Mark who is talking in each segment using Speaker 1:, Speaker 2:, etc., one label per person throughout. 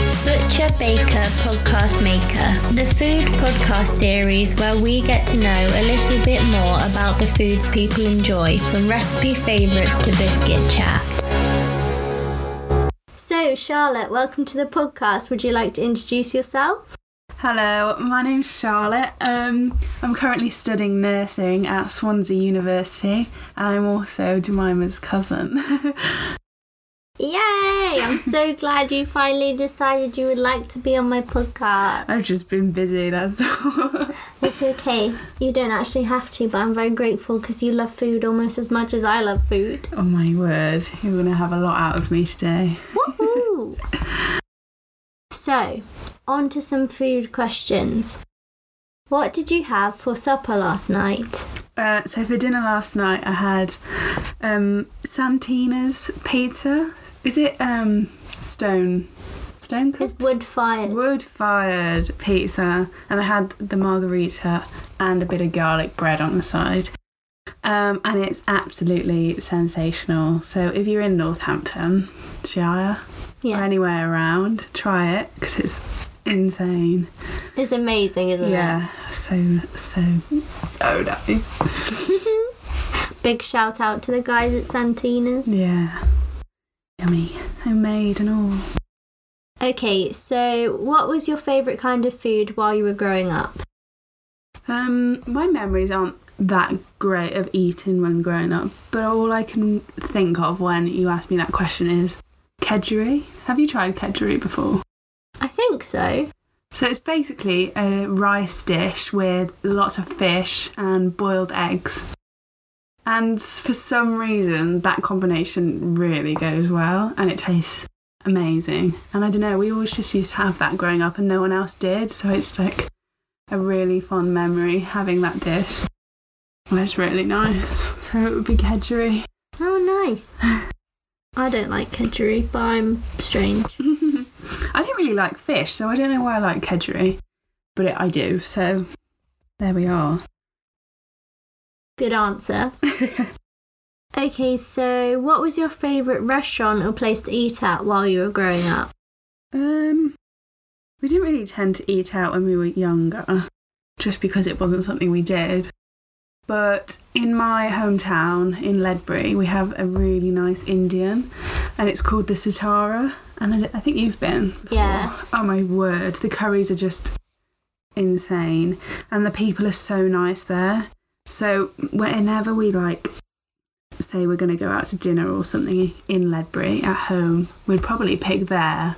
Speaker 1: Sarah Baker Podcast Maker, the food podcast series where we get to know a little bit more about the foods people enjoy, from recipe favourites to biscuit chat. So, Charlotte, welcome to the podcast. Would you like to introduce yourself?
Speaker 2: Hello, my name's Charlotte. Um, I'm currently studying nursing at Swansea University, and I'm also Jemima's cousin.
Speaker 1: Yay! I'm so glad you finally decided you would like to be on my podcast.
Speaker 2: I've just been busy, that's all.
Speaker 1: It's okay. You don't actually have to, but I'm very grateful because you love food almost as much as I love food.
Speaker 2: oh my word, you're going to have a lot out of me today.
Speaker 1: Woohoo! so, on to some food questions. What did you have for supper last night?
Speaker 2: Uh, so for dinner last night, I had um, Santina's pizza. Is it um, stone? Stone
Speaker 1: It's
Speaker 2: cooked?
Speaker 1: wood fired.
Speaker 2: Wood fired pizza, and I had the margarita and a bit of garlic bread on the side. Um, and it's absolutely sensational. So if you're in Northampton, Shire, or
Speaker 1: yeah,
Speaker 2: anywhere around, try it because it's insane.
Speaker 1: it's amazing, isn't
Speaker 2: Yeah, so so so nice.
Speaker 1: it? Big shout out to the guys at Santina's.
Speaker 2: Yeah, yummy, homemade and all.
Speaker 1: Okay, so what was your favourite kind of food while you were growing up?
Speaker 2: Um, my memories aren't that great of eating when growing up, but all I can think of when you ask me that question is kedgeree. Have you tried kedgeree before?
Speaker 1: I think so.
Speaker 2: So it's basically a rice dish with lots of fish and boiled eggs. And for some reason, that combination really goes well and it tastes amazing. And I don't know, we always just used to have that growing up and no one else did. So it's like a really fond memory having that dish. And it's really nice. So it would be kedgeree.
Speaker 1: Oh, nice. I don't like kedgeree, but I'm strange.
Speaker 2: I don't really like fish, so I don't know why I like kedgeree, but it, I do. So there we are.
Speaker 1: Good answer. Okay, so what was your favourite restaurant or place to eat at while you were growing up?
Speaker 2: Um, we didn't really tend to eat out when we were younger, just because it wasn't something we did. But in my hometown in Ledbury, we have a really nice Indian, and it's called the Sitara. And I, I think you've been. before.
Speaker 1: Yeah.
Speaker 2: Oh my word! The curries are just insane, and the people are so nice there. So whenever we like say we're going to go out to dinner or something in Ledbury at home, we'd probably pick there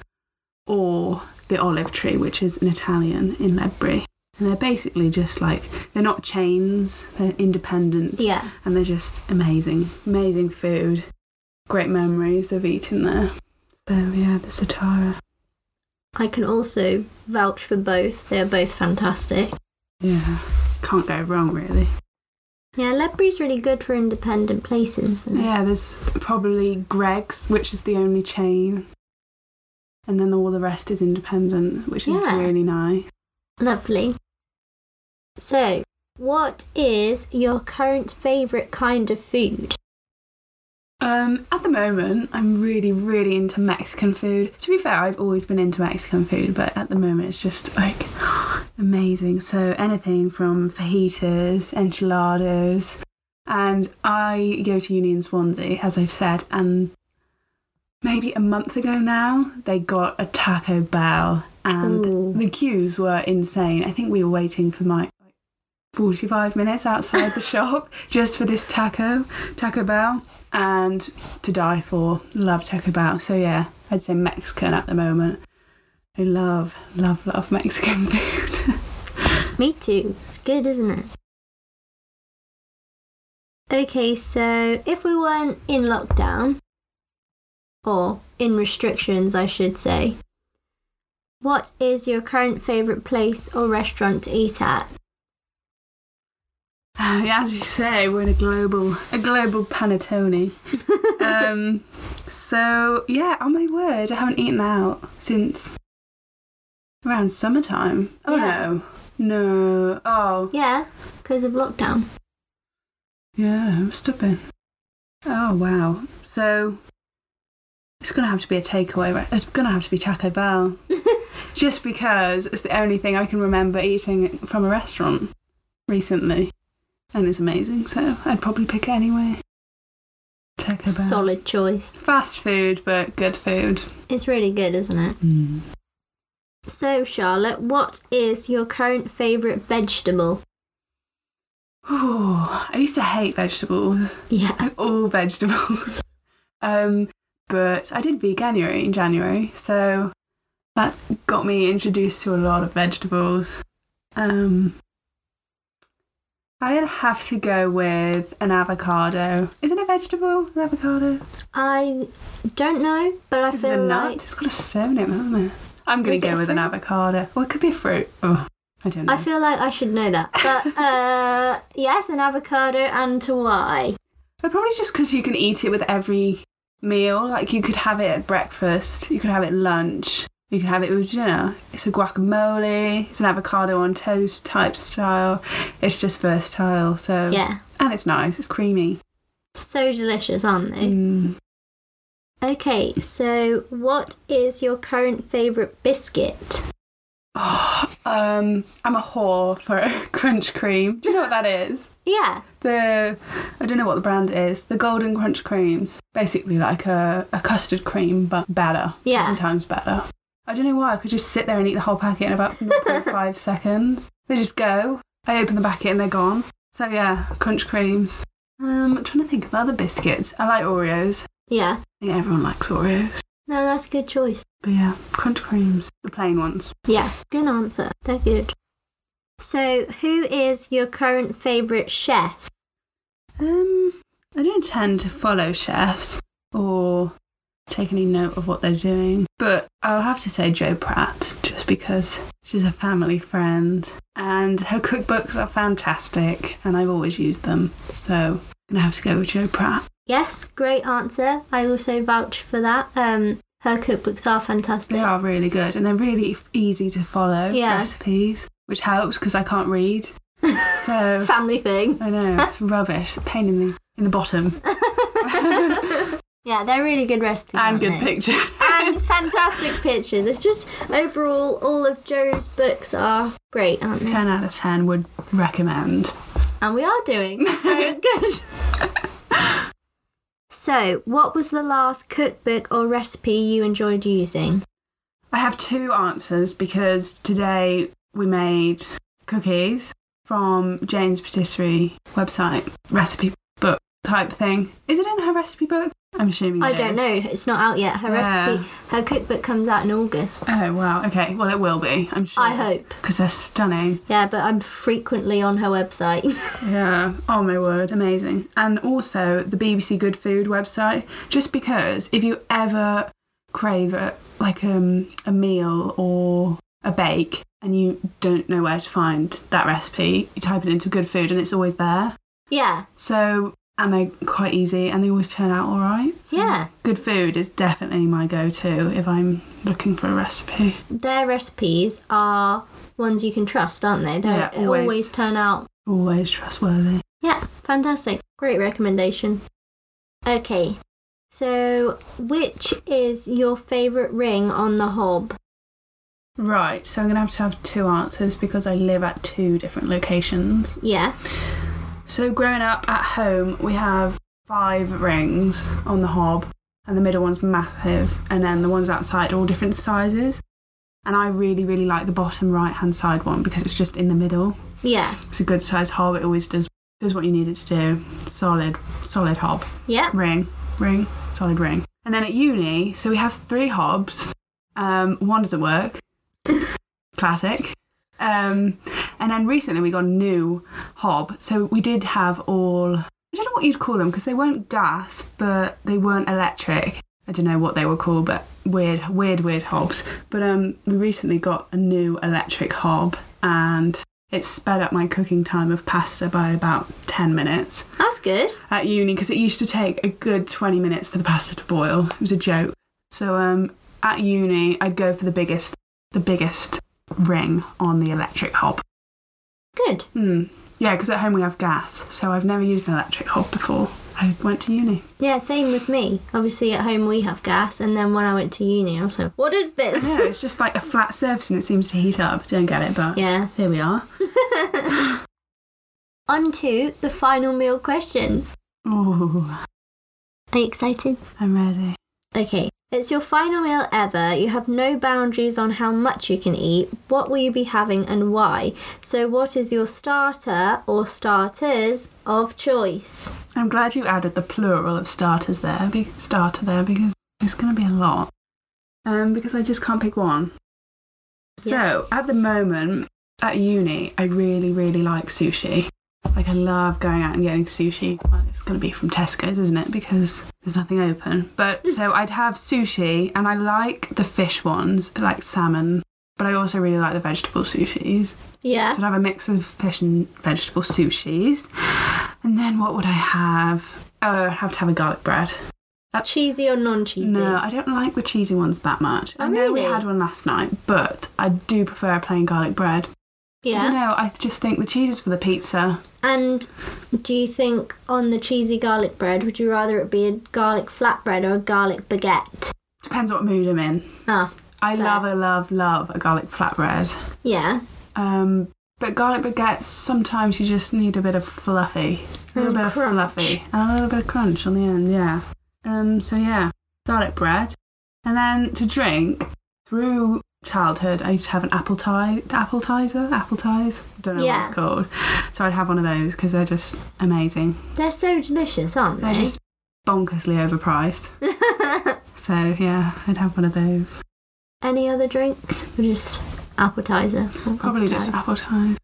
Speaker 2: or the Olive Tree, which is an Italian in Ledbury. And they're basically just like, they're not chains, they're independent
Speaker 1: Yeah.
Speaker 2: and they're just amazing. Amazing food. Great memories of eating there. So yeah, the Satara.
Speaker 1: I can also vouch for both. They're both fantastic.
Speaker 2: Yeah. Can't go wrong really.
Speaker 1: Yeah, Ledbury's really good for independent places. isn't it?
Speaker 2: Yeah, there's probably Greg's, which is the only chain, and then all the rest is independent, which is
Speaker 1: Yeah.
Speaker 2: really nice.
Speaker 1: Lovely. So, what is your current favourite kind of food?
Speaker 2: Um, at the moment, I'm really, really into Mexican food. To be fair, I've always been into Mexican food, but at the moment, it's just like amazing. So anything from fajitas, enchiladas, and I go to uni in Swansea, as I've said, and maybe a month ago now, they got a Taco Bell, and
Speaker 1: Ooh.
Speaker 2: the queues were insane. I think we were waiting for my. 45 minutes outside the shop just for this taco, Taco Bell, and to die for. Love Taco Bell. So, yeah, I'd say Mexican at the moment. I love, love, love Mexican food.
Speaker 1: Me too. It's good, isn't it? Okay, so if we weren't in lockdown, or in restrictions, I should say, what is your current favourite place or restaurant to eat at?
Speaker 2: As you say, we're in a global, a global panettone. um, so, yeah, oh my word, I haven't eaten out since around summertime. Oh
Speaker 1: Yeah.
Speaker 2: no. No. Oh,
Speaker 1: Yeah, because of lockdown.
Speaker 2: yeah, I'm stubborn. Oh, wow. So, it's going to have to be a takeaway, right? It's going to have to be Taco Bell. just because it's the only thing I can remember eating from a restaurant recently. And it's amazing, so I'd probably pick it anyway. Taco Bell.
Speaker 1: Solid choice.
Speaker 2: Fast food, but good food.
Speaker 1: It's really good, isn't it? So, Charlotte, what is your current favourite vegetable?
Speaker 2: Ooh, I used to hate vegetables,
Speaker 1: Yeah.
Speaker 2: all vegetables. um, but I did veganuary in January, so that got me introduced to a lot of vegetables. Um, I'd have to go with an avocado. Isn't it a vegetable? An avocado?
Speaker 1: I don't know, but I
Speaker 2: Is it
Speaker 1: feel
Speaker 2: a nut?
Speaker 1: like
Speaker 2: It's got a surname, hasn't it? I'm gonna
Speaker 1: Is it
Speaker 2: go
Speaker 1: a
Speaker 2: with an
Speaker 1: fruit?
Speaker 2: avocado. Well, it could be a fruit. Oh, I don't know.
Speaker 1: I feel like I should know that. But uh, yes, an avocado and to why?
Speaker 2: But probably just because you can eat it with every meal. Like you could have it at breakfast, you could have it lunch, you can have it with dinner. It's a guacamole, it's an avocado on toast type style. It's just versatile. So
Speaker 1: Yeah,
Speaker 2: and it's nice. It's creamy.
Speaker 1: so delicious, aren't they?
Speaker 2: Mm.
Speaker 1: Okay, so what is your current favourite biscuit?
Speaker 2: Oh, um, I'm a whore for crunch cream. Do you know what that is?
Speaker 1: Yeah,
Speaker 2: the I don't know what the brand is. The Golden Crunch Creams, basically like a, a custard cream but better.
Speaker 1: Yeah.
Speaker 2: ten times better. I don't know why I could just sit there and eat the whole packet in about 0.5 seconds. They just go. I open the packet and they're gone. So yeah, crunch creams. Um, I'm trying to think of other biscuits. I like Oreos.
Speaker 1: yeah.
Speaker 2: I think everyone likes Oreos.
Speaker 1: No, that's a good choice.
Speaker 2: But yeah, crunch creams, the plain ones.
Speaker 1: Yeah, good answer. They're good. So, who is your current favourite chef?
Speaker 2: Um, I don't tend to follow chefs or take any note of what they're doing, but I'll have to say Joe Pratt just because she's a family friend and her cookbooks are fantastic and I've always used them. So I'm gonna have to go with Joe Pratt.
Speaker 1: Yes, great answer. I also vouch for that. Um, her cookbooks are fantastic.
Speaker 2: They are really good and they're really f- easy to follow
Speaker 1: Yeah.
Speaker 2: recipes, which helps because I can't read. So
Speaker 1: Family thing.
Speaker 2: I know it's rubbish, pain in the in the bottom
Speaker 1: yeah, they're really good recipes.
Speaker 2: and
Speaker 1: aren't
Speaker 2: good
Speaker 1: they?
Speaker 2: picture.
Speaker 1: and fantastic pictures. It's just overall, all of Joe's books are great, aren't they?
Speaker 2: 10 out of 10 would recommend.
Speaker 1: And we are doing so good. so, what was the last cookbook or recipe you enjoyed using?
Speaker 2: I have two answers because today we made cookies from Jane's Patisserie website recipe book type thing. Is it in her recipe book? I'm assuming
Speaker 1: I
Speaker 2: it
Speaker 1: don't
Speaker 2: is.
Speaker 1: know. It's not out yet. Her
Speaker 2: Yeah.
Speaker 1: recipe, her cookbook comes out in August.
Speaker 2: Oh wow. Okay. Well, it will be. I'm sure.
Speaker 1: I hope.
Speaker 2: because they're stunning.
Speaker 1: Yeah, but I'm frequently on her website.
Speaker 2: Yeah. Oh my word. Amazing. And also the BBC Good Food website. Just because if you ever crave a, like um, a meal or a bake and you don't know where to find that recipe, you type it into Good Food and it's always there.
Speaker 1: yeah,
Speaker 2: So and they're quite easy and they always turn out all right. So
Speaker 1: yeah.
Speaker 2: Good Food is definitely my go-to if I'm looking for a recipe.
Speaker 1: Their recipes are ones you can trust, aren't they? They
Speaker 2: Yeah, always.
Speaker 1: always turn out
Speaker 2: Always trustworthy.
Speaker 1: Yeah, fantastic. Great recommendation. Okay, so which is your favourite ring on the hob?
Speaker 2: Right, so I'm gonna have to have two answers because I live at two different locations.
Speaker 1: Yeah,
Speaker 2: So growing up at home, we have five rings on the hob, and the middle one's massive, and then the ones outside are all different sizes. And I really, really like the bottom right hand side one because it's just in the middle.
Speaker 1: yeah,
Speaker 2: It's a good size hob. It always does does what you need it to do. Solid, solid hob.
Speaker 1: yeah.
Speaker 2: Ring, ring, solid ring. And then at uni, so we have three hobs. Um, one doesn't work. Classic. Um, and then recently we got a new hob. So we did have all, I don't know what you'd call them because they weren't gas, but they weren't electric. I don't know what they were called, but weird, weird, weird hobs. But um, we recently got a new electric hob and it sped up my cooking time of pasta by about 10 minutes
Speaker 1: That's good.
Speaker 2: at uni because it used to take a good 20 minutes for the pasta to boil. It was a joke. So um, at uni, I'd go for the biggest, the biggest ring on the electric hob.
Speaker 1: Good.
Speaker 2: Hmm. Yeah, because at home we have gas, so I've never used an electric hob before. I went to uni.
Speaker 1: Yeah, same with me. Obviously, at home we have gas, and then when I went to uni, I was like, what is this?
Speaker 2: Yeah, it's just like a flat surface and it seems to heat up. Don't get it, but
Speaker 1: yeah.
Speaker 2: here we are.
Speaker 1: On to the final meal questions.
Speaker 2: Oh,
Speaker 1: Are you excited?
Speaker 2: I'm ready.
Speaker 1: Okay, it's your final meal ever. You have no boundaries on how much you can eat. What will you be having and why? So, what is your starter or starters of choice?
Speaker 2: I'm glad you added the plural of starters there, be- starter there, because it's going to be a lot. Um, because I just can't pick one. So at the moment at uni, I really, really like sushi. Like I love going out and getting sushi. Well, it's going to be from Tesco's, isn't it? Because there's nothing open. But so I'd have sushi, and I like the fish ones, like salmon. But I also really like the vegetable sushis.
Speaker 1: Yeah.
Speaker 2: So I'd have a mix of fish and vegetable sushis. And then what would I have? Oh, I'd have to have a garlic bread.
Speaker 1: Cheesy or non cheesy?
Speaker 2: No, I don't like the cheesy ones that much.
Speaker 1: Oh,
Speaker 2: I know we
Speaker 1: really?
Speaker 2: had one last night, but I do prefer plain garlic bread. I don't
Speaker 1: Yeah.
Speaker 2: know. I just think the cheese is for the pizza.
Speaker 1: And do you think on the cheesy garlic bread, would you rather it be a garlic flatbread or a garlic baguette?
Speaker 2: Depends what mood I'm in.
Speaker 1: Ah,
Speaker 2: I
Speaker 1: Fair.
Speaker 2: love, I love, love a garlic flatbread.
Speaker 1: yeah.
Speaker 2: Um, but garlic baguettes, sometimes you just need a bit of fluffy, a
Speaker 1: And
Speaker 2: little bit
Speaker 1: Mm, crunch.
Speaker 2: of fluffy, and a little bit of crunch on the end. Yeah. Um. So yeah, garlic bread, and then to drink through childhood, I used to have an apple tie, appetizer, appetizer. Don't know what
Speaker 1: Yeah.
Speaker 2: it's called. So I'd have one of those because they're just amazing.
Speaker 1: They're so delicious, aren't
Speaker 2: They're
Speaker 1: they?
Speaker 2: just bonkersly overpriced. So yeah, I'd have one of those.
Speaker 1: Any other drinks? Or just appetizer?
Speaker 2: Probably just
Speaker 1: Appetizer.
Speaker 2: apple ties.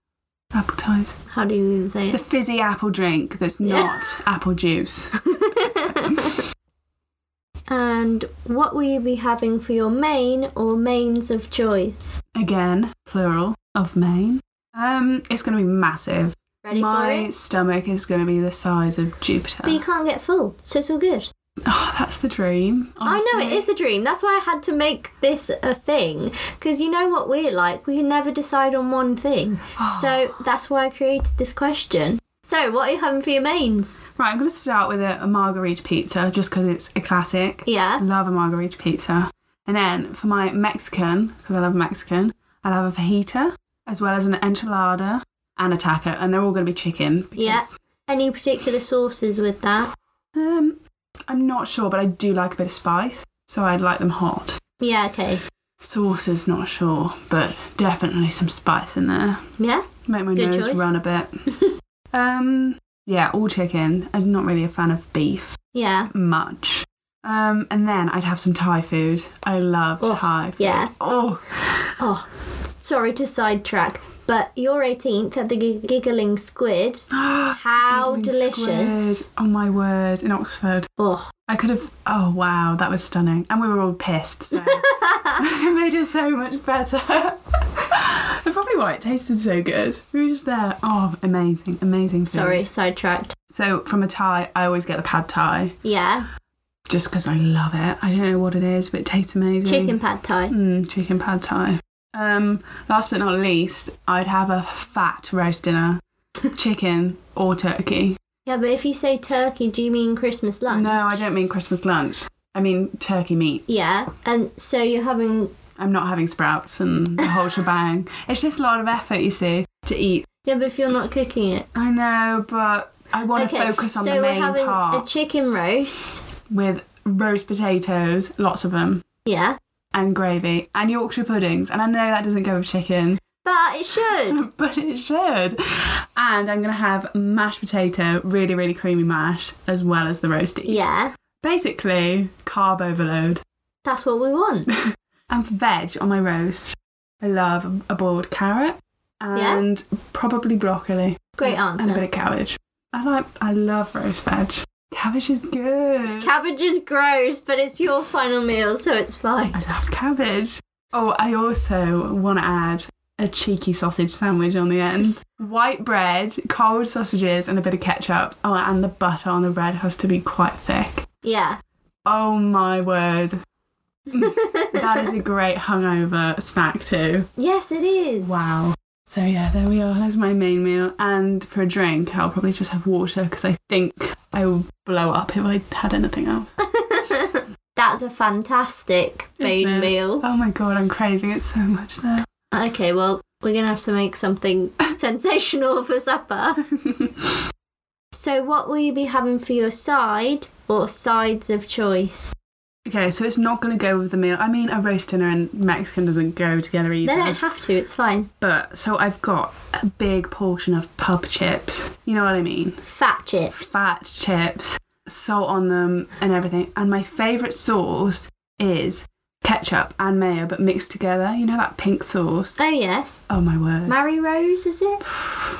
Speaker 2: Apple ties.
Speaker 1: How do you even say
Speaker 2: The
Speaker 1: it?
Speaker 2: fizzy apple drink that's
Speaker 1: Yeah.
Speaker 2: not apple juice.
Speaker 1: and what will you be having for your main or mains of choice?
Speaker 2: Again, plural of Maine. Um, it's going to be massive.
Speaker 1: Ready
Speaker 2: My
Speaker 1: for it?
Speaker 2: stomach is going to be the size of Jupiter.
Speaker 1: But you can't get full, so it's all good.
Speaker 2: oh, that's the dream.
Speaker 1: I know it
Speaker 2: honestly.
Speaker 1: is the dream. That's why I had to make this a thing. Because you know what we're like, we can never decide on one thing. so that's why I created this question. So, what are you having for your mains?
Speaker 2: Right, I'm going to start with a, a margarita pizza just because it's a classic. I
Speaker 1: Yeah.
Speaker 2: love a margarita pizza. And then for my Mexican, because I love Mexican, I'll have a fajita as well as an enchilada and a taco, and they're all going to be chicken. Because,
Speaker 1: Yeah. Any particular sauces with that?
Speaker 2: Um, I'm not sure, but I do like a bit of spice, so I'd like them hot.
Speaker 1: Yeah, okay.
Speaker 2: Sauces, not sure, but definitely some spice in there.
Speaker 1: Yeah?
Speaker 2: Make my
Speaker 1: Good
Speaker 2: nose
Speaker 1: choice.
Speaker 2: run a bit. um, yeah, all chicken. I'm not really a fan of beef
Speaker 1: Yeah.
Speaker 2: much. Um, and then I'd have some Thai food. I love
Speaker 1: Oh,
Speaker 2: Thai food.
Speaker 1: yeah.
Speaker 2: Oh,
Speaker 1: Oh, sorry to sidetrack, but your 18th at the G- Giggling Squid. How
Speaker 2: Giggling
Speaker 1: delicious.
Speaker 2: squid. Oh my word, in Oxford.
Speaker 1: Oh,
Speaker 2: I could have. Oh wow, that was stunning. And we were all pissed, so it made it so much better. That's probably why it tasted so good. We were just there. Oh, amazing, amazing. Food.
Speaker 1: sorry, sidetracked.
Speaker 2: So, from a Thai, I always get the pad Thai
Speaker 1: Yeah,
Speaker 2: just because I love it. I don't know what it is, but it tastes amazing.
Speaker 1: chicken pad thai.
Speaker 2: Mm, chicken pad thai. Um, last but not least, I'd have a fat roast dinner, chicken or turkey.
Speaker 1: Yeah, but if you say turkey, do you mean Christmas lunch?
Speaker 2: No, I don't mean Christmas lunch. I mean turkey meat.
Speaker 1: Yeah, and so you're having.
Speaker 2: I'm not having sprouts and the whole shebang. It's just a lot of effort, you see, to eat.
Speaker 1: Yeah, but if you're not cooking it.
Speaker 2: I know, but I want to focus on
Speaker 1: so
Speaker 2: the
Speaker 1: we're
Speaker 2: main
Speaker 1: having
Speaker 2: part
Speaker 1: a chicken roast.
Speaker 2: with roast potatoes, lots of them,
Speaker 1: Yeah,
Speaker 2: and gravy and Yorkshire puddings. And I know that doesn't go with chicken,
Speaker 1: but it should.
Speaker 2: but it should. And I'm going to have mashed potato, really, really creamy mash, as well as the roasties.
Speaker 1: yeah,
Speaker 2: Basically, carb overload.
Speaker 1: that's what we want.
Speaker 2: And for veg on my roast, I love a boiled carrot
Speaker 1: Yeah.
Speaker 2: and probably broccoli.
Speaker 1: Great
Speaker 2: and- And a bit
Speaker 1: answer.
Speaker 2: of cabbage. I like I love roast veg. Cabbage is good.
Speaker 1: Cabbage is gross, but it's your final meal, so it's fine.
Speaker 2: I love cabbage. Oh, I also want to add a cheeky sausage sandwich on the end. White bread, cold sausages, and a bit of ketchup. Oh, and the butter on the bread has to be quite thick.
Speaker 1: Yeah.
Speaker 2: Oh my word. that is a great hungover snack too.
Speaker 1: Yes, it is.
Speaker 2: Wow. So yeah, there we are. That's my main meal. And for a drink, I'll probably just have water because I think I would blow up if I had anything else.
Speaker 1: That's a fantastic
Speaker 2: Isn't
Speaker 1: main
Speaker 2: it?
Speaker 1: meal.
Speaker 2: Oh my god, I'm craving it so much now.
Speaker 1: Okay, well, we're going to have to make something sensational for supper. So, what will you be having for your side or sides of choice?
Speaker 2: okay, so it's not going to go with the meal. I mean, a roast dinner and Mexican doesn't go together
Speaker 1: They
Speaker 2: either.
Speaker 1: don't have to, it's fine.
Speaker 2: But so I've got a big portion of pub chips. You know what I mean?
Speaker 1: Fat chips.
Speaker 2: Fat chips, salt on them, and everything. And my favourite sauce is ketchup and mayo, but mixed together. You know that pink sauce?
Speaker 1: Oh, yes.
Speaker 2: Oh my word.
Speaker 1: Mary Rose, is it?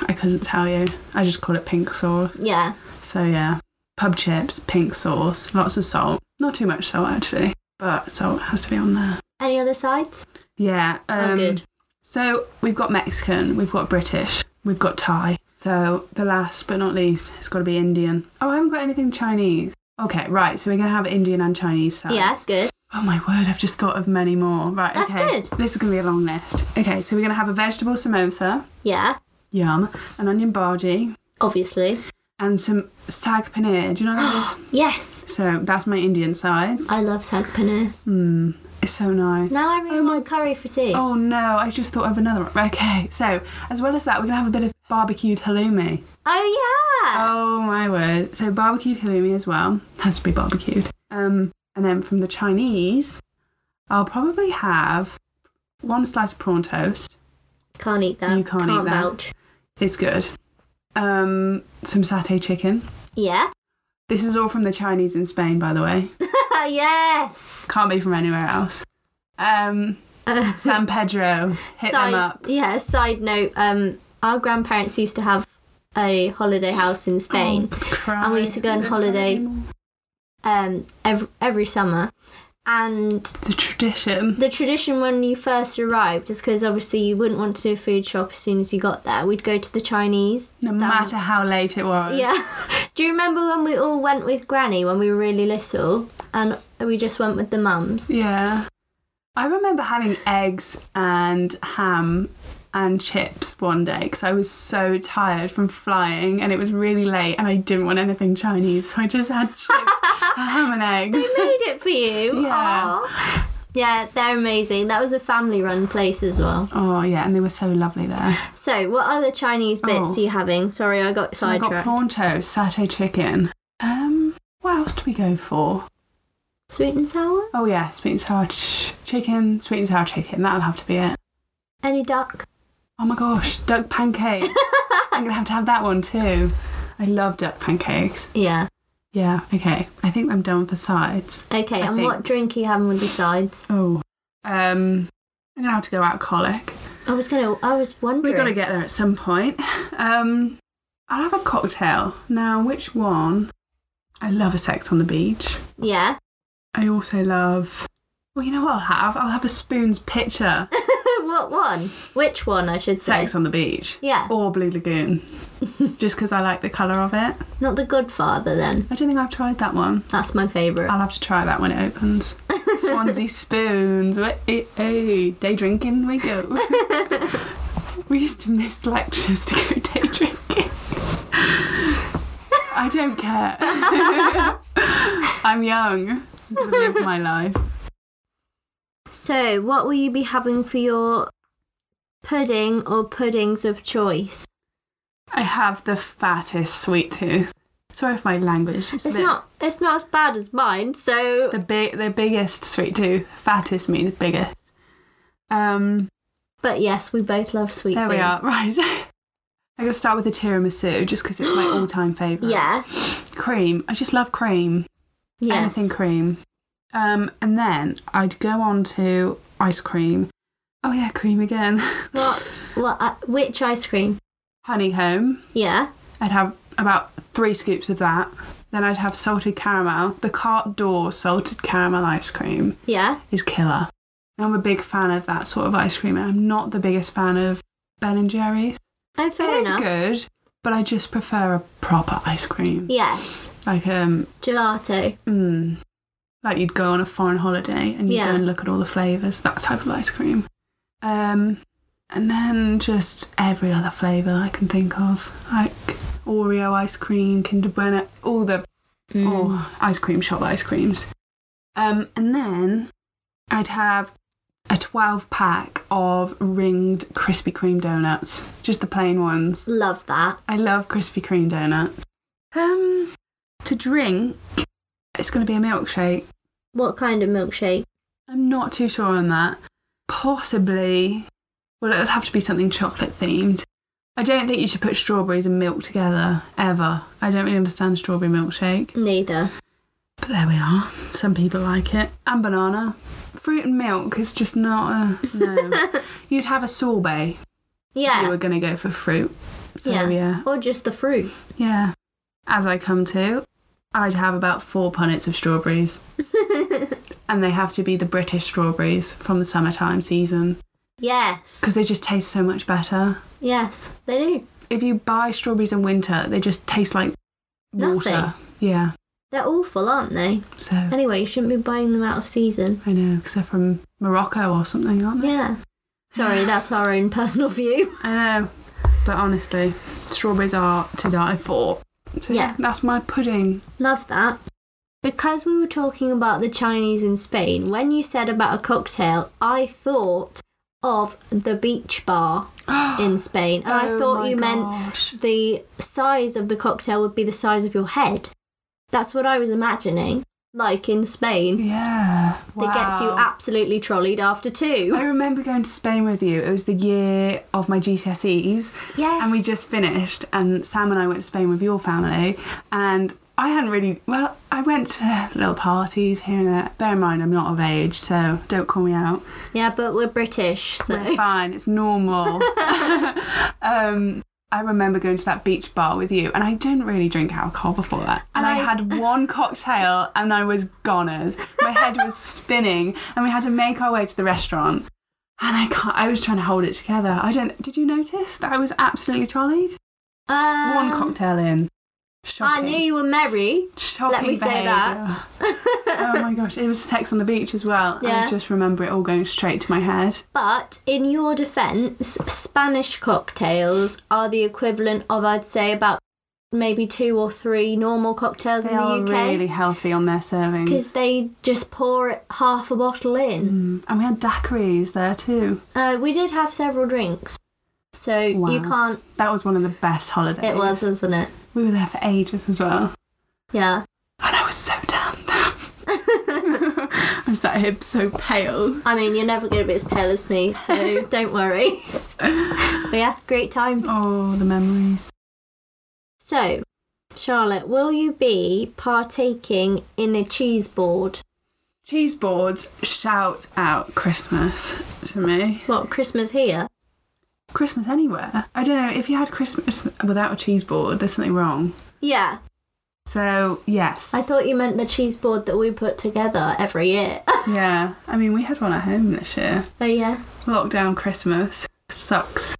Speaker 2: I couldn't tell you. I just call it pink sauce.
Speaker 1: Yeah.
Speaker 2: So yeah, pub chips, pink sauce, lots of salt. Not too much salt actually, but salt has to be on there.
Speaker 1: Any other sides?
Speaker 2: Yeah. Um,
Speaker 1: oh, good.
Speaker 2: So we've got Mexican, we've got British, we've got Thai. So the last but not least, it's got to be Indian. Oh, I haven't got anything Chinese. Okay, right. So we're gonna have Indian and Chinese sides.
Speaker 1: Yeah, that's good.
Speaker 2: Oh my word! I've just thought of many more. Right.
Speaker 1: That's
Speaker 2: okay.
Speaker 1: good.
Speaker 2: This is gonna be a long list. Okay, so we're gonna have a vegetable samosa.
Speaker 1: Yeah,
Speaker 2: Yum. An onion bhaji.
Speaker 1: obviously.
Speaker 2: and some sag paneer. Do you know what that
Speaker 1: Yes,
Speaker 2: is? So that's my Indian sides.
Speaker 1: I love sag paneer.
Speaker 2: Mmm, it's so nice.
Speaker 1: Now I really want curry for tea.
Speaker 2: Oh no, I just thought of another one. Okay, so as well as that, we're gonna have a bit of barbecued halloumi.
Speaker 1: Oh, yeah.
Speaker 2: Oh my word! So barbecued halloumi as well has to be barbecued. Um, and then from the Chinese, I'll probably have one slice of prawn toast.
Speaker 1: Can't eat that.
Speaker 2: You can't eat that.
Speaker 1: vouch.
Speaker 2: It's good. Um, some satay chicken.
Speaker 1: Yeah.
Speaker 2: This is all from the Chinese in Spain, by the way.
Speaker 1: yes.
Speaker 2: Can't be from anywhere else. Um,
Speaker 1: Uh,
Speaker 2: San Pedro, hit
Speaker 1: side,
Speaker 2: them up.
Speaker 1: Yeah, side note, um, our grandparents used to have a holiday house in Spain
Speaker 2: Oh, cry.
Speaker 1: And we used to go on holiday.
Speaker 2: Oh.
Speaker 1: um, every, every summer. And
Speaker 2: The tradition.
Speaker 1: the tradition when you first arrived is because obviously you wouldn't want to do a food shop as soon as you got there. We'd go to the Chinese.
Speaker 2: No
Speaker 1: That was-
Speaker 2: matter how late it was.
Speaker 1: Yeah. Do you remember when we all went with Granny when we were really little and we just went with the mums?
Speaker 2: Yeah. I remember having eggs and ham and chips one day because I was so tired from flying and it was really late and I didn't want anything Chinese, so I just had chips, ham, and eggs.
Speaker 1: They made it for you.
Speaker 2: Yeah.
Speaker 1: Aw. Yeah, they're amazing. That was a family run place as well.
Speaker 2: Oh, yeah, and they were so lovely there.
Speaker 1: So, what other Chinese bits
Speaker 2: Oh.
Speaker 1: are you having? Sorry, I got
Speaker 2: So I got
Speaker 1: sidetracked.
Speaker 2: prawn toast, satay chicken. Um, what else do we go for?
Speaker 1: Sweet and sour?
Speaker 2: Oh yeah, sweet and sour ch- chicken, sweet and sour chicken. That'll have to be it.
Speaker 1: Any duck?
Speaker 2: Oh my gosh, duck pancakes. I'm gonna have to have that one too. I love duck pancakes.
Speaker 1: Yeah.
Speaker 2: Yeah. Okay. I think I'm done for sides.
Speaker 1: Okay,
Speaker 2: I
Speaker 1: and what
Speaker 2: think-
Speaker 1: drink are you having with the sides?
Speaker 2: Oh. Um. I'm gonna have to go alcoholic.
Speaker 1: I was gonna, I was wondering.
Speaker 2: We've got to get there at some point. Um. I'll have a cocktail now. Which one? I love a sex on the beach.
Speaker 1: Yeah.
Speaker 2: I also love. Well, you know what I'll have? I'll have a spoon's pitcher.
Speaker 1: what one? Which one, I should say?
Speaker 2: Sex on the beach.
Speaker 1: Yeah.
Speaker 2: or Blue Lagoon, just because I like the colour of it.
Speaker 1: Not the good father, then.
Speaker 2: I don't think I've tried that one.
Speaker 1: That's my favourite.
Speaker 2: I'll have to try that when it opens. Swansea spoons, wait, eh, eh, day drinking we go. we used to miss lectures to go day drinking. I don't care. I'm young. I'm gonna live my life.
Speaker 1: So, what will you be having for your pudding or puddings of choice?
Speaker 2: I have the fattest sweet tooth. Sorry for my language. a
Speaker 1: It's
Speaker 2: bit-
Speaker 1: not, it's not as bad as mine. So,
Speaker 2: the big the biggest sweet tooth fattest means biggest um
Speaker 1: but yes, we both love sweet.
Speaker 2: there
Speaker 1: food.
Speaker 2: we are right i'm gonna start with the tiramisu just because it's my all-time favorite
Speaker 1: Yeah.
Speaker 2: cream i just love cream
Speaker 1: Yes.
Speaker 2: anything cream um and then i'd go on to ice cream oh yeah cream again
Speaker 1: What? What? Uh, which ice cream?
Speaker 2: honeycomb
Speaker 1: Yeah.
Speaker 2: i'd have about three scoops of that then i'd have salted caramel the cart door salted caramel ice cream
Speaker 1: Yeah.
Speaker 2: is killer. And I'm a big fan of that sort of ice cream, and I'm not the biggest fan of Ben and Jerry's.
Speaker 1: Oh,
Speaker 2: It
Speaker 1: fair
Speaker 2: is
Speaker 1: enough.
Speaker 2: good, but I just prefer a proper ice cream,
Speaker 1: Yes.
Speaker 2: like um,
Speaker 1: Gelato.
Speaker 2: mm, like you'd go on a foreign holiday and you
Speaker 1: Yeah.
Speaker 2: would go and look at all the flavors. That type of ice cream. Um, And then just every other flavour I can think of, like Oreo ice cream, Kinder Bueno, all the
Speaker 1: Mm.
Speaker 2: oh, ice cream shop ice creams. Um, and then I'd have a 12 pack of ringed Krispy Kreme donuts, just the plain ones.
Speaker 1: Love that.
Speaker 2: I love Krispy Kreme donuts. Um, to drink, it's going to be a milkshake.
Speaker 1: What kind of milkshake?
Speaker 2: I'm not too sure on that. Possibly, well, it'll have to be something chocolate themed. I don't think you should put strawberries and milk together, ever. I don't really understand strawberry milkshake.
Speaker 1: Neither.
Speaker 2: But there we are. Some people like it. And banana. Fruit and milk is just not a. No. You'd have a sorbet if you
Speaker 1: Yeah.
Speaker 2: were going to go for fruit. So,
Speaker 1: yeah.
Speaker 2: yeah. yeah.
Speaker 1: Or just the fruit.
Speaker 2: As I come to, I'd have about four punnets of strawberries. and they have to be the British strawberries from the summertime season
Speaker 1: Yes.
Speaker 2: because they just taste so much better.
Speaker 1: Yes. They do.
Speaker 2: If you buy strawberries in winter, they just taste like water.
Speaker 1: Nothing.
Speaker 2: Yeah.
Speaker 1: They're awful, aren't they?
Speaker 2: So,
Speaker 1: Anyway, you shouldn't be buying them out of season.
Speaker 2: I know, because they're from Morocco or something, aren't they?
Speaker 1: Yeah. Sorry, that's our own personal view.
Speaker 2: I know, but honestly, strawberries are to die for. So yeah,
Speaker 1: Yeah.
Speaker 2: that's my pudding.
Speaker 1: Love that. Because we were talking about the Chinese in Spain, when you said about a cocktail, I thought of the beach bar in Spain.
Speaker 2: Oh
Speaker 1: And I thought you meant the size of the cocktail would be the size of your head. That's what I was imagining. Like in Spain,
Speaker 2: Yeah.
Speaker 1: that gets you
Speaker 2: wow.
Speaker 1: absolutely trolleyed after two.
Speaker 2: I remember going to Spain with you. It was the year of my GCSEs,
Speaker 1: Yes.
Speaker 2: Oh, and we just finished. And Sam and I went to Spain with your family, and I hadn't really. Well, I went to little parties here and there. Bear in mind, I'm not of age, so don't call me out.
Speaker 1: Yeah, but we're British,
Speaker 2: We're
Speaker 1: so.
Speaker 2: fine. It's normal. um, I remember going to that beach bar with you, and I didn't really drink alcohol before that. And I
Speaker 1: Right.
Speaker 2: had one cocktail, and I was goners. My head was spinning, and we had to make our way to the restaurant. And I can't. I was trying to hold it together. I don't. Did you notice that I was absolutely trolleyed?
Speaker 1: Um,
Speaker 2: one cocktail in.
Speaker 1: I
Speaker 2: Shocking.
Speaker 1: knew you were merry.
Speaker 2: Shocking
Speaker 1: Let me say that.
Speaker 2: behaviour. oh my gosh! It was sex on the beach as well.
Speaker 1: Yeah.
Speaker 2: I just remember it all going straight to my head.
Speaker 1: But in your defence, Spanish cocktails are the equivalent of, I'd say, about maybe two or three normal cocktails
Speaker 2: They
Speaker 1: in the
Speaker 2: are really
Speaker 1: UK.
Speaker 2: healthy on their servings.
Speaker 1: Because they just pour it- half a bottle in.
Speaker 2: Mm, And we had daiquiris there too.
Speaker 1: Uh, we did have several drinks. So you
Speaker 2: Wow.
Speaker 1: can't.
Speaker 2: That was one of the best holidays.
Speaker 1: It was, wasn't it?
Speaker 2: We were there for ages as well.
Speaker 1: Yeah.
Speaker 2: And I was so tanned. I'm sat here so pale.
Speaker 1: I mean, you're never going to be as pale as me, so don't worry. but yeah, great times.
Speaker 2: Oh, the memories.
Speaker 1: So, Charlotte, will you be partaking in a cheese board?
Speaker 2: Cheese boards shout out Christmas to me.
Speaker 1: What, Christmas here?
Speaker 2: Christmas anywhere. I don't know, if you had Christmas without a cheese board, there's something wrong.
Speaker 1: Yeah,
Speaker 2: So, yes.
Speaker 1: I thought you meant the cheese board that we put together every year.
Speaker 2: yeah. I mean, we had one at home this year.
Speaker 1: oh, yeah.
Speaker 2: lockdown Christmas sucks.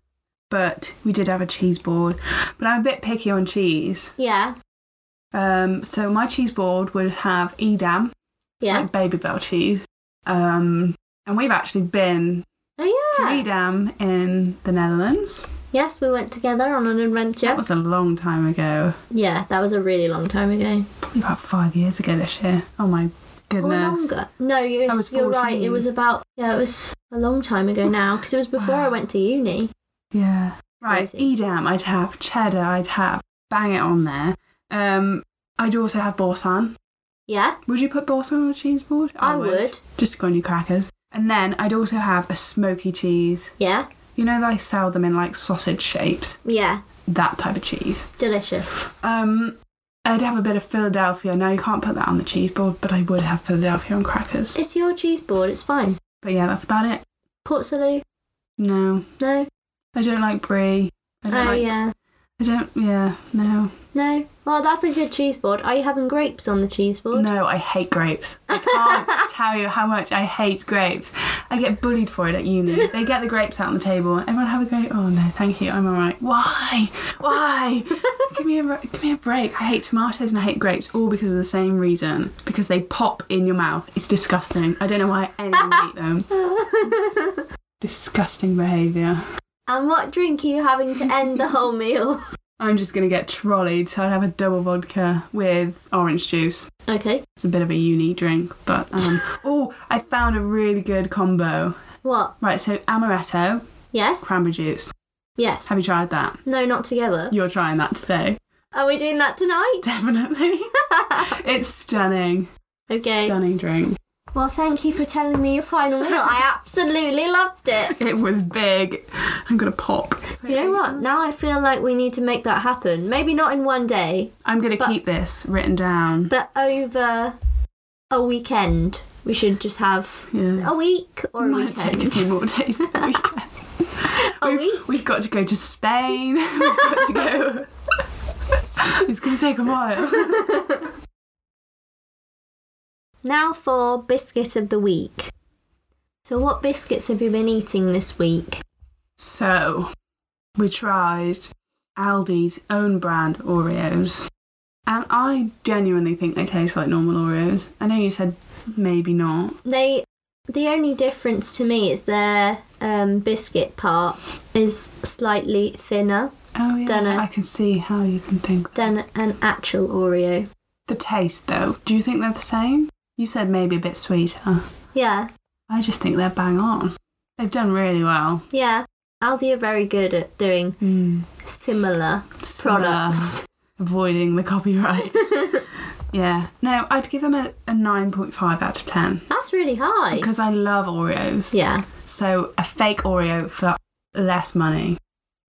Speaker 2: But we did have a cheese board. But I'm a bit picky on cheese.
Speaker 1: Yeah,
Speaker 2: Um, so my cheese board would have Edam,
Speaker 1: yeah.
Speaker 2: like baby bell cheese. Um, and we've actually been
Speaker 1: Oh,
Speaker 2: to
Speaker 1: yeah.
Speaker 2: Edam in the Netherlands.
Speaker 1: Yes, we went together on an
Speaker 2: That
Speaker 1: adventure.
Speaker 2: was a long time ago.
Speaker 1: Yeah, that was a really long time ago.
Speaker 2: Probably about five years ago this year. Oh my
Speaker 1: Or
Speaker 2: goodness.
Speaker 1: longer. No, you're,
Speaker 2: was
Speaker 1: you're right. It
Speaker 2: 14.
Speaker 1: was about, yeah, it was a long time ago now because it was before I
Speaker 2: Wow.
Speaker 1: went to uni.
Speaker 2: Yeah. Right,
Speaker 1: Crazy.
Speaker 2: Edam I'd have, cheddar I'd have, bang it on there. Um, I'd also have Borsan.
Speaker 1: Yeah,
Speaker 2: Would you put balsam on a cheese board?
Speaker 1: I would.
Speaker 2: Just go on your crackers. And then I'd also have a smoky cheese.
Speaker 1: yeah,
Speaker 2: You know that I sell them in like sausage shapes.
Speaker 1: yeah.
Speaker 2: That type of cheese.
Speaker 1: Delicious.
Speaker 2: Um, I'd have a bit of Philadelphia. Now you can't put that on the cheese board, but I would have Philadelphia on crackers.
Speaker 1: It's your cheese board, it's fine.
Speaker 2: But yeah, that's about it.
Speaker 1: Port Salut?
Speaker 2: No,
Speaker 1: No.
Speaker 2: I don't like brie. I
Speaker 1: Oh,
Speaker 2: don't like,
Speaker 1: yeah.
Speaker 2: I don't. Yeah, no,
Speaker 1: No. Well, that's a good cheese board. Are you having grapes on the cheese board?
Speaker 2: no. I hate grapes. I can't tell you how much I hate grapes. I get bullied for it at uni. They get the grapes out on the table. Everyone have a grape. Oh no, thank you. I'm all right. Why? Why? give me a re- give me a break. I hate tomatoes and I hate grapes all because of the same reason. Because they pop in your mouth. It's disgusting. I don't know why anyone would eat them. Disgusting behaviour.
Speaker 1: And what drink are you having to end the whole meal?
Speaker 2: I'm just going to get trolleyed, so I'd have a double vodka with orange juice.
Speaker 1: Okay.
Speaker 2: It's a bit of a uni drink, but um, oh, I found a really good combo.
Speaker 1: What?
Speaker 2: Right, so amaretto,
Speaker 1: Yes?
Speaker 2: cranberry juice.
Speaker 1: Yes.
Speaker 2: Have you tried that?
Speaker 1: No, not together.
Speaker 2: You're trying that today,
Speaker 1: Are we doing that tonight?
Speaker 2: definitely. it's stunning,
Speaker 1: Okay.
Speaker 2: stunning drink.
Speaker 1: Well, thank you for telling me your final meal. I absolutely loved it.
Speaker 2: It was big. I'm gonna pop.
Speaker 1: You know what? Now I feel like we need to make that happen. Maybe not in one day,
Speaker 2: I'm gonna
Speaker 1: But-
Speaker 2: keep this written down.
Speaker 1: but over a weekend. We should just have
Speaker 2: Yeah.
Speaker 1: a week or a
Speaker 2: Might take a
Speaker 1: weekend.
Speaker 2: few more days than a weekend.
Speaker 1: A
Speaker 2: we've,
Speaker 1: week?
Speaker 2: We've got to go to Spain. We've got to go. it's going to take a while.
Speaker 1: Now for biscuit of the week. So, what biscuits have you been eating this week?
Speaker 2: So, we tried Aldi's own brand Oreos. And I genuinely think they taste like normal Oreos. I know you said maybe not.
Speaker 1: They, the only difference to me is their um, biscuit part is slightly thinner
Speaker 2: Oh, yeah.
Speaker 1: Dunno.
Speaker 2: I can see how you can think.
Speaker 1: than an actual Oreo.
Speaker 2: The taste, though, do you think they're the same? You said maybe a bit sweeter.
Speaker 1: Yeah,
Speaker 2: I just think they're bang on. They've done really well.
Speaker 1: yeah. Aldi are very good at doing
Speaker 2: Hmm.
Speaker 1: similar products.
Speaker 2: avoiding the copyright. yeah. No, I'd give them a, a 9.5 out of 10
Speaker 1: That's really high.
Speaker 2: because I love Oreos.
Speaker 1: Yeah,
Speaker 2: So a fake Oreo for less money.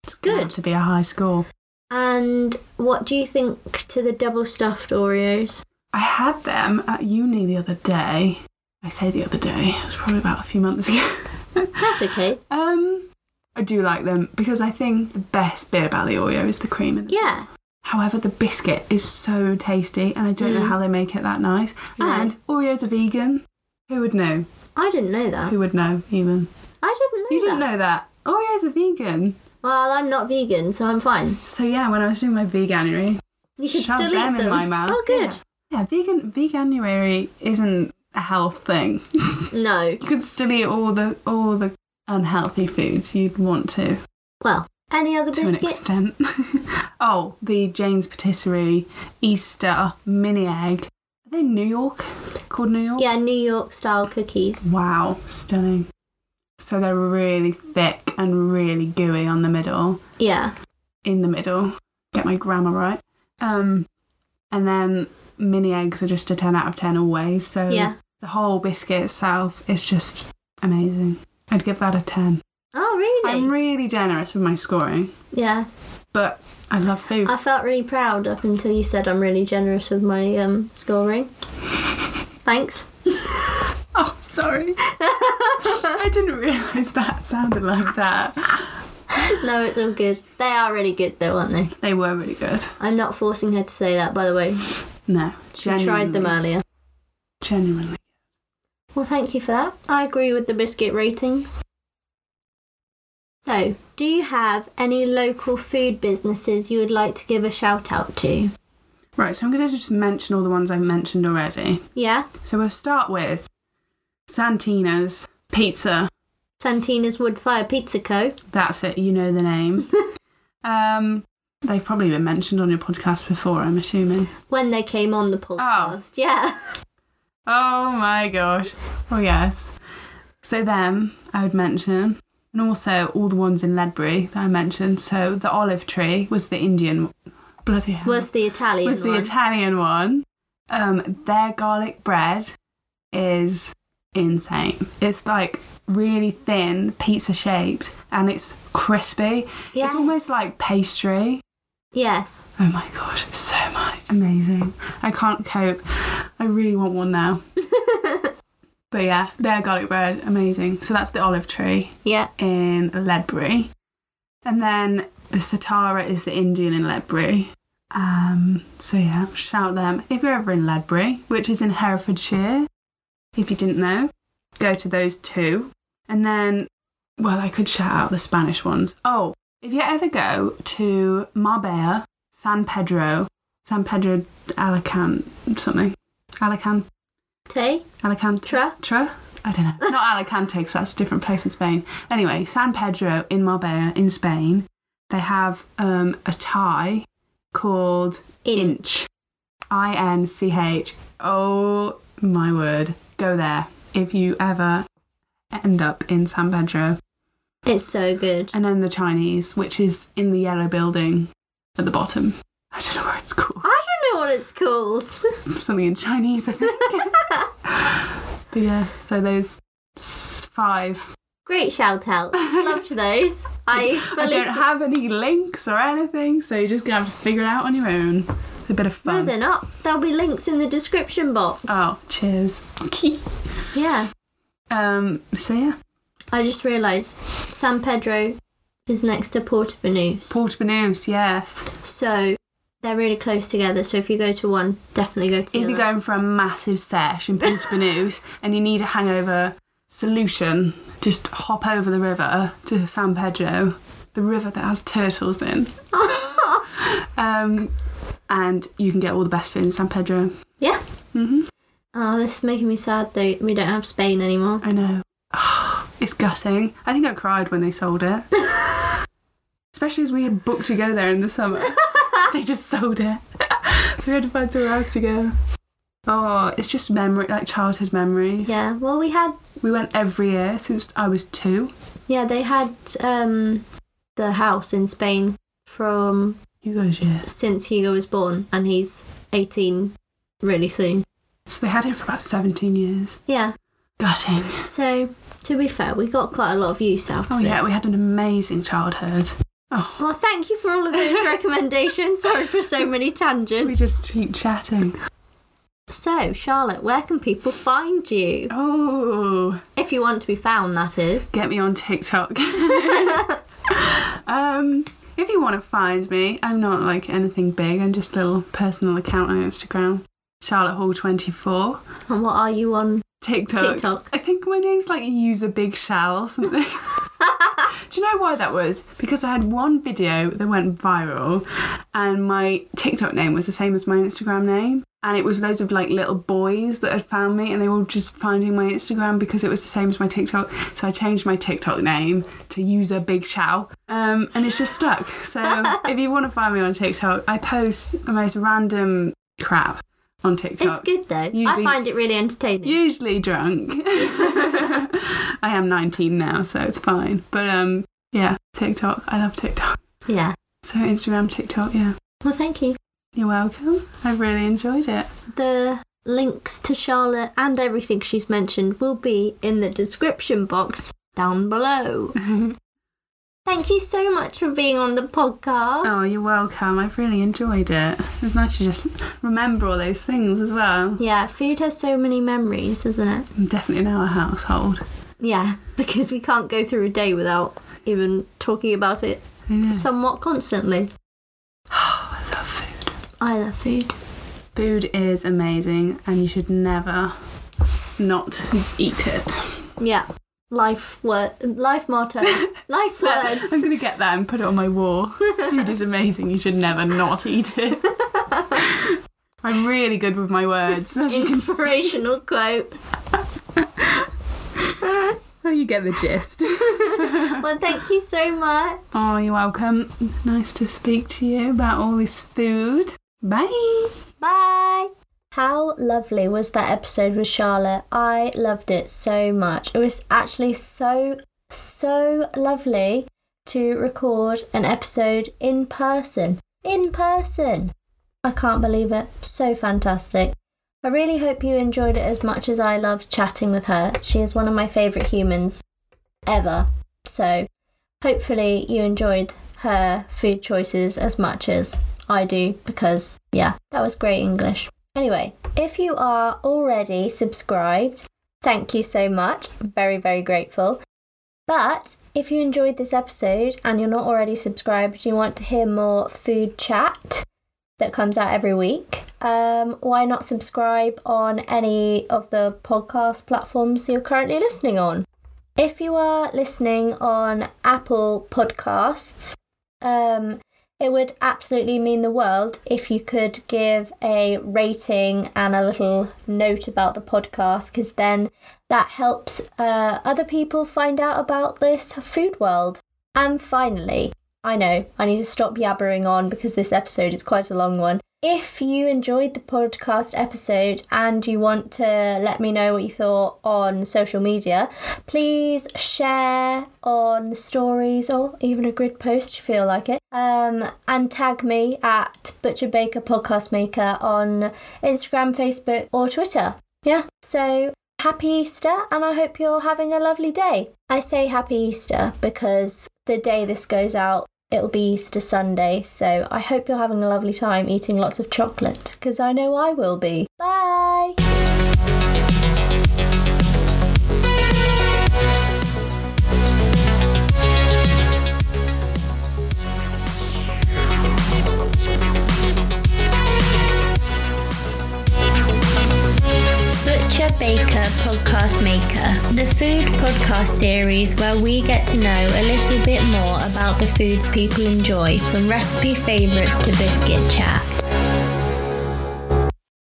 Speaker 2: It's gonna
Speaker 1: Good.
Speaker 2: have To be a high score.
Speaker 1: And what do you think to the double stuffed Oreos?
Speaker 2: I had them at uni the other day. I say the other day, it was probably about a few months ago.
Speaker 1: That's okay.
Speaker 2: Um, I do like them because I think the best bit about the Oreo is the cream in the
Speaker 1: Yeah.
Speaker 2: However, the biscuit is so tasty, and I don't know
Speaker 1: Mm.
Speaker 2: how they make it that nice.
Speaker 1: No.
Speaker 2: And Oreos are vegan. Who would know?
Speaker 1: I didn't know that.
Speaker 2: Who would know, even?
Speaker 1: I didn't know
Speaker 2: You didn't
Speaker 1: that.
Speaker 2: know that. Oreos are vegan.
Speaker 1: Well, I'm not vegan, so I'm fine.
Speaker 2: So, yeah, when I was doing my veganuary,
Speaker 1: You can
Speaker 2: shoved
Speaker 1: still
Speaker 2: them,
Speaker 1: eat them.
Speaker 2: in my mouth.
Speaker 1: Oh, good.
Speaker 2: Yeah, yeah vegan veganuary isn't a health thing.
Speaker 1: No.
Speaker 2: You could still eat all the all the unhealthy foods you'd want to,
Speaker 1: Well, any other
Speaker 2: to an
Speaker 1: biscuits?
Speaker 2: extent. oh, the Jane's Patisserie Easter mini egg. Are they New York? Called New York?
Speaker 1: Yeah, New York style cookies.
Speaker 2: Wow, stunning. So they're really thick and really gooey on the middle.
Speaker 1: Yeah.
Speaker 2: In the middle. Get my grammar right. Um and then mini eggs are just a ten out of ten always. So
Speaker 1: Yeah.
Speaker 2: the whole biscuit itself is just amazing. I'd give that a ten.
Speaker 1: Oh, really?
Speaker 2: I'm really generous with my scoring,
Speaker 1: yeah.
Speaker 2: but I love food.
Speaker 1: I felt really proud up until you said I'm really generous with my um, scoring. Thanks.
Speaker 2: oh sorry. I didn't realise that sounded like that.
Speaker 1: No, it's all good. They are really good though, aren't they?
Speaker 2: They were really good.
Speaker 1: I'm not forcing her to say that, by the way.
Speaker 2: No.
Speaker 1: She tried them uh.
Speaker 2: genuinely-
Speaker 1: earlier.
Speaker 2: Genuinely.
Speaker 1: Well, thank you for that. I agree with the biscuit ratings. So, do you have any local food businesses you would like to give a shout out to?
Speaker 2: Right, so I'm going to just mention all the ones I've mentioned already.
Speaker 1: Yeah,
Speaker 2: So we'll start with Santina's Pizza.
Speaker 1: Santina's Woodfire Pizza Co.
Speaker 2: That's it, you know the name. um, they've probably been mentioned on your podcast before, I'm assuming.
Speaker 1: When they came on the podcast, yeah,
Speaker 2: Oh my gosh. Oh, yes. So, them I would mention, and also all the ones in Ledbury that I mentioned. So, the olive tree was the Indian. Bloody hell.
Speaker 1: was the Italian
Speaker 2: was the
Speaker 1: one.
Speaker 2: Italian one. Um, their garlic bread is insane. It's like really thin, pizza shaped, and it's crispy.
Speaker 1: Yes.
Speaker 2: It's almost like pastry.
Speaker 1: yes,
Speaker 2: Oh my god, so much. Amazing. I can't cope. I really want one now. but yeah, their garlic bread, amazing. So that's the olive tree
Speaker 1: yeah,
Speaker 2: in Ledbury. And then the Satara is the Indian in Ledbury. Um, so yeah, shout them. If you're ever in Ledbury, which is in Herefordshire, if you didn't know, go to those two. And then, well, I could shout out the Spanish ones. Oh, if you ever go to Marbella, San Pedro, San Pedro de Alicante, something. Alicante,
Speaker 1: Te
Speaker 2: Alicante.
Speaker 1: Tra.
Speaker 2: Tra. I don't know. Not Alicante, because that's a different place in Spain. Anyway, San Pedro in Marbella, in Spain, they have um, a tie called
Speaker 1: In.
Speaker 2: Inch. I N C H. Oh my word. Go there if you ever end up in San Pedro.
Speaker 1: It's so good.
Speaker 2: And then the Chinese, which is in the yellow building at the bottom. I don't know where it's called.
Speaker 1: I don't know what it's called.
Speaker 2: Something in Chinese, I think. but yeah, so those s- five.
Speaker 1: Great shout out. Loved those. I
Speaker 2: I
Speaker 1: fully
Speaker 2: don't have any links or anything, so you're just gonna have to figure it out on your own. It's a bit of
Speaker 1: No,
Speaker 2: fun.
Speaker 1: they're not. There'll be links in the description box.
Speaker 2: Oh, cheers.
Speaker 1: Yeah.
Speaker 2: um, so yeah,
Speaker 1: I just realised San Pedro is next to Portovenus.
Speaker 2: Portmanus, yes.
Speaker 1: so they're really close together. So if you go to one, definitely go to the
Speaker 2: If you're
Speaker 1: other.
Speaker 2: going for a massive sesh in Portmanus and you need a hangover solution, just hop over the river to San Pedro, the river that has turtles in. um, and you can get all the best food in San Pedro.
Speaker 1: yeah.
Speaker 2: hmm
Speaker 1: Oh, this is making me sad though. We don't have Spain anymore.
Speaker 2: I know. it's gutting. I think I cried when they sold it. Especially as we had booked to go there in the summer. they just sold it. so we had to find somewhere else to go. Oh, it's just memory, like childhood memories.
Speaker 1: Yeah. Well, we had.
Speaker 2: We went every year since I was two.
Speaker 1: Yeah, they had um, the house in Spain from
Speaker 2: You guys, yeah.
Speaker 1: since Hugo was born, and he's 18 really soon.
Speaker 2: So they had it for about 17 years.
Speaker 1: Yeah.
Speaker 2: Gutting.
Speaker 1: So to be fair, we got quite a lot of use out
Speaker 2: Oh,
Speaker 1: of it.
Speaker 2: yeah, we had an amazing childhood. Oh,
Speaker 1: Well, thank you for all of those recommendations. Sorry for so many tangents.
Speaker 2: we just keep chatting.
Speaker 1: So, Charlotte, where can people find you?
Speaker 2: Oh.
Speaker 1: If you want to be found, that is.
Speaker 2: get me on TikTok. um, if you want to find me, I'm not like anything big. I'm just a little personal account on Instagram, Charlotte Hall 24
Speaker 1: And what are you on?
Speaker 2: TikTok.
Speaker 1: TikTok.
Speaker 2: I think my name's like user Big Shall or something. Do you know why that was? Because I had one video that went viral, and my TikTok name was the same as my Instagram name. And it was loads of like little boys that had found me, and they were just finding my Instagram because it was the same as my TikTok. So I changed my TikTok name to user Big Shall, um, and it's just stuck. So if you want to find me on TikTok, I post the most random crap on TikTok
Speaker 1: It's good though. I
Speaker 2: Usually-
Speaker 1: find it really entertaining.
Speaker 2: usually drunk. I am 19 now, so it's fine. But um, yeah, TikTok. I love TikTok.
Speaker 1: yeah.
Speaker 2: So Instagram, TikTok. Yeah,
Speaker 1: Well, thank you.
Speaker 2: you're welcome. I really enjoyed it.
Speaker 1: The links to Charlotte and everything she's mentioned will be in the description box down below. Thank you so much for being on the
Speaker 2: Oh,
Speaker 1: podcast.
Speaker 2: you're welcome. I've really enjoyed it. It's nice to just remember all those things as well.
Speaker 1: Yeah, food has so many memories, doesn't it?
Speaker 2: I'm definitely in our household.
Speaker 1: Yeah, because we can't go through a day without even talking about it
Speaker 2: I know.
Speaker 1: somewhat constantly.
Speaker 2: I love food.
Speaker 1: I love food.
Speaker 2: Food is amazing, and you should never not eat it.
Speaker 1: Yeah. Life word life motto. life
Speaker 2: I'm
Speaker 1: words.
Speaker 2: gonna get that and put it on my wall. Food is amazing. You should never not eat it. I'm really good with my words. As you can see.
Speaker 1: Inspirational quote.
Speaker 2: Oh, you get the gist.
Speaker 1: Well thank you so much.
Speaker 2: oh, you're welcome. Nice to speak to you about all this food. Bye.
Speaker 1: Bye. How lovely was that episode with Charlotte? I loved it so much. It was actually so, so lovely to record an episode in person. In person. I can't believe it. So fantastic. I really hope you enjoyed it as much as I loved chatting with her. She is one of my favourite humans ever. So hopefully you enjoyed her food choices as much as I do because, yeah, that was great English. Anyway, if you are already subscribed, thank you so much. I'm very, very grateful. But if you enjoyed this episode and you're not already subscribed, you want to hear more food chat that comes out every week, um, why not subscribe on any of the podcast platforms you're currently listening on? If you are listening on Apple Podcasts, um, It would absolutely mean the world if you could give a rating and a little note about the podcast, because then that helps uh, other people find out about this food world. And finally, I know I need to stop yabbering on because this episode is quite a long one. If you enjoyed the podcast episode and you want to let me know what you thought on social media, please share on stories or even a grid post if you feel like it. Um, and tag me at Butcher Baker Podcast Maker on Instagram, Facebook, or Twitter. Yeah, so happy Easter and I hope you're having a lovely day. I say happy Easter because the day this goes out, it'll be Easter Sunday. So I hope you're having a lovely time eating lots of chocolate because I know I will be. Bye!
Speaker 3: Butcher Baker Podcast Maker, the food podcast series where we get to know a little bit more about the foods people enjoy, from recipe favourites to biscuit chat.